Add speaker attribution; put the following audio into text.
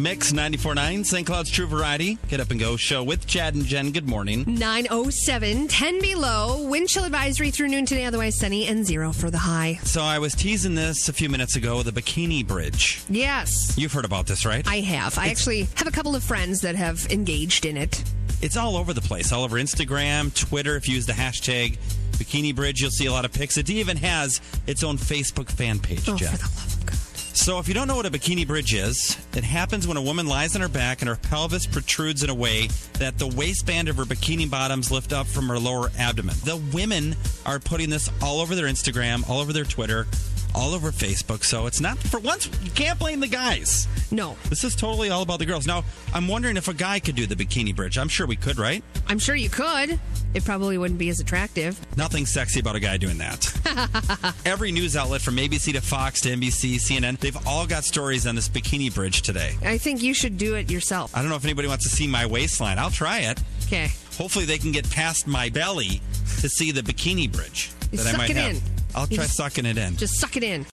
Speaker 1: Mix 94.9, St. Cloud's True Variety, Get Up and Go show with Chad and Jen. Good morning.
Speaker 2: 907, 10 below, wind chill advisory through noon today, otherwise sunny and zero for the high.
Speaker 1: So I was teasing this a few minutes ago, the Bikini Bridge.
Speaker 2: Yes,
Speaker 1: You've heard about this, right?
Speaker 2: I have. I actually have a couple of friends that have engaged in it.
Speaker 1: it's all over the place, all over Instagram, Twitter. If you use the hashtag Bikini Bridge, you'll see a lot of pics. It even has its own Facebook fan page,
Speaker 2: Oh,
Speaker 1: Jen.
Speaker 2: for the love of God.
Speaker 1: So, if you don't know what a bikini bridge is, it happens when a woman lies on her back and her pelvis protrudes in a way that the waistband of her bikini bottoms lift up from her lower abdomen. The women are putting this all over their Instagram, all over their Twitter, all over Facebook. So, it's not for once, you can't blame the guys.
Speaker 2: No,
Speaker 1: This is totally all about the girls. Now, I'm wondering if a guy could do the bikini bridge. I'm sure we could, right?
Speaker 2: I'm sure you could. It probably wouldn't be as attractive.
Speaker 1: Nothing sexy about a guy doing that. Every news outlet from ABC to Fox to NBC, CNN, they've all got stories on this bikini bridge today.
Speaker 2: I think you should do it yourself.
Speaker 1: I don't know if anybody wants to see my waistline. I'll try it.
Speaker 2: Okay.
Speaker 1: Hopefully, they can get past my belly to see the bikini bridge
Speaker 2: You
Speaker 1: that I
Speaker 2: suck
Speaker 1: might
Speaker 2: it
Speaker 1: have.
Speaker 2: in.
Speaker 1: I'll
Speaker 2: You
Speaker 1: try
Speaker 2: just-
Speaker 1: sucking it in.
Speaker 2: Just suck it in.